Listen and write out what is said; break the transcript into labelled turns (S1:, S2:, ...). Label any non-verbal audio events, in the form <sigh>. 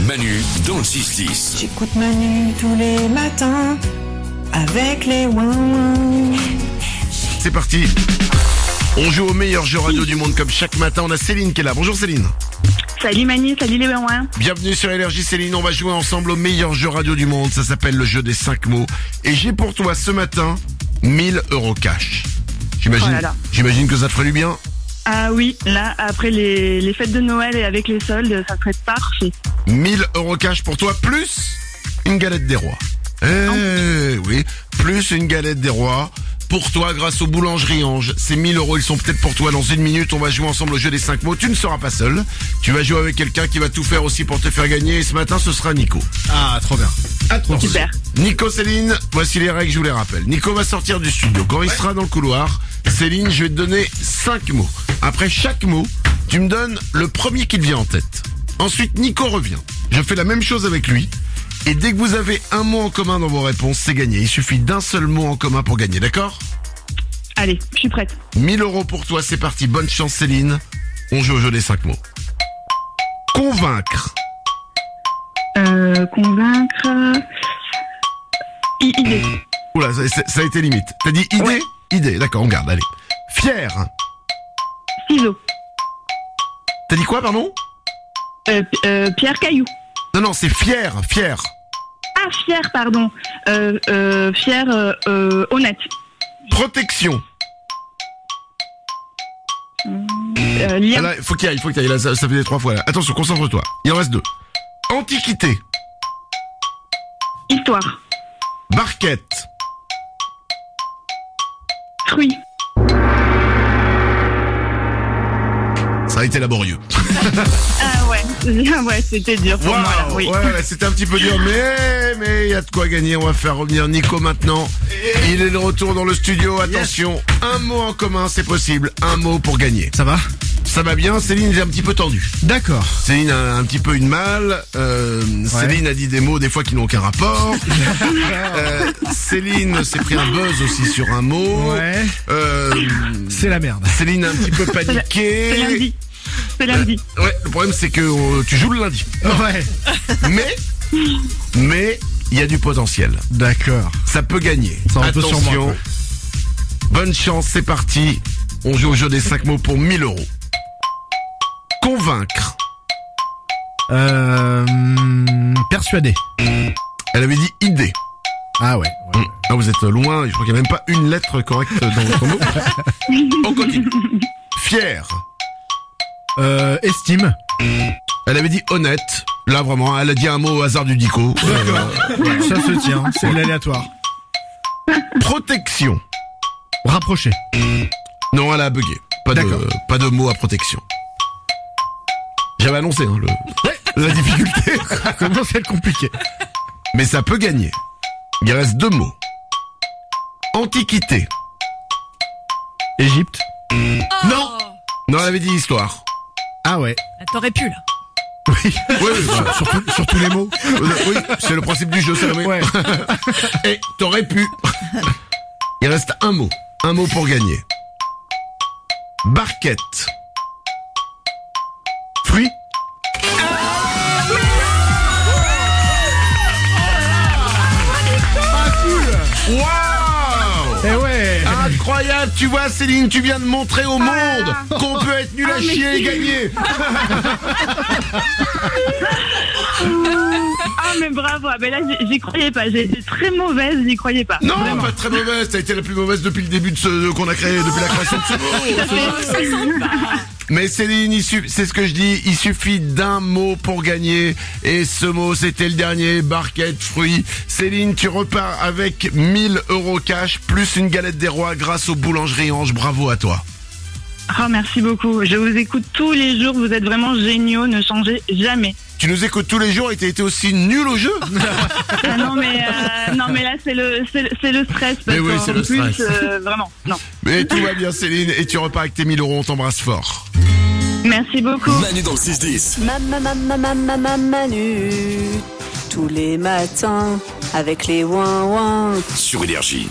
S1: Manu dans le 6-10.
S2: J'écoute Manu tous les matins avec les ouin
S3: C'est parti On joue au meilleur jeu radio du monde comme chaque matin. On a Céline qui est là. Bonjour Céline.
S4: Salut Manu, salut les Béouins.
S3: Bienvenue sur Énergie Céline. On va jouer ensemble au meilleur jeu radio du monde. Ça s'appelle le jeu des 5 mots. Et j'ai pour toi ce matin 1000 euros cash.
S4: Oh
S3: J'imagine
S4: là là.
S3: j'imagine que ça te ferait du bien.
S4: Ah oui, là, après les, les fêtes de Noël et avec les soldes, ça serait parfait.
S3: 1000 euros cash pour toi, plus une galette des rois. Eh oui, plus une galette des rois. Pour toi, grâce aux boulangeries Ange, ces 1000 euros, ils sont peut-être pour toi. Dans une minute, on va jouer ensemble au jeu des 5 mots. Tu ne seras pas seul. Tu vas jouer avec quelqu'un qui va tout faire aussi pour te faire gagner. Et ce matin, ce sera Nico.
S5: Ah, trop bien.
S3: Attention.
S4: Super.
S3: Nico, Céline, voici les règles, je vous les rappelle. Nico va sortir du studio. Quand il sera dans le couloir, Céline, je vais te donner 5 mots. Après chaque mot, tu me donnes le premier qui te vient en tête. Ensuite, Nico revient. Je fais la même chose avec lui. Et dès que vous avez un mot en commun dans vos réponses, c'est gagné. Il suffit d'un seul mot en commun pour gagner, d'accord
S4: Allez, je suis prête.
S3: 1000 euros pour toi, c'est parti. Bonne chance, Céline. On joue au jeu des 5 mots. Convaincre.
S4: Euh, convaincre. euh, i- Idée.
S3: Oula, ça, ça- ça a été limite. T'as dit idée
S4: Ouais.
S3: Idée, d'accord, on garde, allez. Fier.
S4: Ciseaux.
S3: T'as dit quoi, pardon
S4: Euh, pi- euh, Pierre Caillou.
S3: Non, non, c'est fier, fier.
S4: Ah, fier, pardon. Euh, euh, fier, euh, euh, honnête.
S3: Protection.
S4: Euh, lien.
S3: Ah là, faut qu'il y aille, faut qu'il y aille. Là, ça, ça faisait trois fois. Là. Attention, concentre-toi. Il en reste deux. Antiquité.
S4: Histoire.
S3: Barquette.
S4: Fruits.
S3: Ça a été laborieux.
S4: Ah ouais, <laughs> ouais c'était dur pour moi. là,
S3: Waouh
S4: oui.
S3: Ouais, ouais, c'était un petit peu dur, mais mais il y a de quoi gagner. On va faire revenir Nico maintenant. Il est de retour dans le studio. Attention, un mot en commun, c'est possible. Un mot pour gagner.
S5: Ça va
S3: Ça va bien. Céline est un petit peu tendue.
S5: D'accord.
S3: Céline a un petit peu une malle. euh, Céline a dit des mots des fois qui n'ont aucun
S5: <laughs>
S3: rapport. Euh, Céline s'est pris un buzz aussi sur un mot.
S5: Ouais.
S3: Euh,
S5: C'est la merde.
S3: Céline a un petit peu
S4: <laughs> C'est
S3: paniqué.
S4: lundi. C'est lundi.
S3: Ouais, le problème c'est que euh, tu joues le lundi.
S5: <laughs> Ouais.
S3: Mais, mais il y a du potentiel.
S5: D'accord.
S3: Ça peut gagner.
S5: Ça en peut
S3: Attention.
S5: sur moi, quoi.
S3: Bonne chance, c'est parti. On joue au jeu des 5 mots pour 1000 euros. Convaincre.
S5: Euh, persuadé.
S3: Elle avait dit idée.
S5: Ah ouais.
S3: Mm. Ah, vous êtes loin, je crois qu'il n'y a même pas une lettre correcte dans votre
S5: <laughs>
S3: mot. On continue. Fier.
S5: Euh, estime.
S3: Elle avait dit honnête. Là, vraiment, elle a dit un mot au hasard du
S5: <laughs>
S3: dico. Euh,
S5: Ça se tient. C'est de l'aléatoire.
S3: protection.
S5: Rapproché.
S3: Non, elle a bugué. Pas de,
S5: D'accord.
S3: pas de mot à protection. J'avais annoncé hein, le, la difficulté.
S5: Comment c'est compliqué
S3: <laughs> Mais ça peut gagner. Il reste deux mots. Antiquité. Hmm.
S5: Égypte.
S3: Non Non, elle avait dit histoire.
S5: Ah ouais.
S6: T'aurais pu là.
S5: Oui.
S3: Oui, oui, voilà.
S5: sur, tout- sur tous les mots.
S3: Oui, c'est le principe du jeu, Salomé.
S5: Ouais.
S3: Et Eh, t'aurais pu. Il reste un mot. Un mot pour gagner. Barquette. Fruit. Waouh
S5: Eh ouais.
S3: Incroyable, tu vois Céline, tu viens de montrer au monde qu'on peut être nul à chier et gagner.
S4: Ah mais bravo, ah, mais là j'y- j'y croyais pas, j'ai été très mauvaise, j'y croyais pas.
S3: Non, pas très mauvaise, t'as été la plus mauvaise depuis le début de ce euh, qu'on a créé, depuis la création de ce mot. Mais Céline, il su- c'est ce que je dis, il suffit d'un mot pour gagner. Et ce mot, c'était le dernier, barquette, fruit. Céline, tu repars avec 1000 euros cash, plus une galette des rois grâce aux boulangeries Ange. Bravo à toi.
S4: Oh merci beaucoup, je vous écoute tous les jours, vous êtes vraiment géniaux, ne changez jamais.
S3: Tu nous écoutes tous les jours et t'as été aussi nul au jeu
S4: Ah, non mais euh, non mais là c'est le c'est le, c'est le stress parce
S3: Mais oui,
S4: qu'en
S3: c'est le
S4: plus,
S3: stress.
S4: euh, vraiment. Non.
S3: Mais tout va bien Céline, et tu repars avec tes 1000 euros, on t'embrasse fort.
S4: Merci beaucoup.
S1: Manu dans le 6-10.
S7: Ma ma ma ma ma ma ma Manu tous les matins avec les ouin ouin.
S1: Sur Énergie.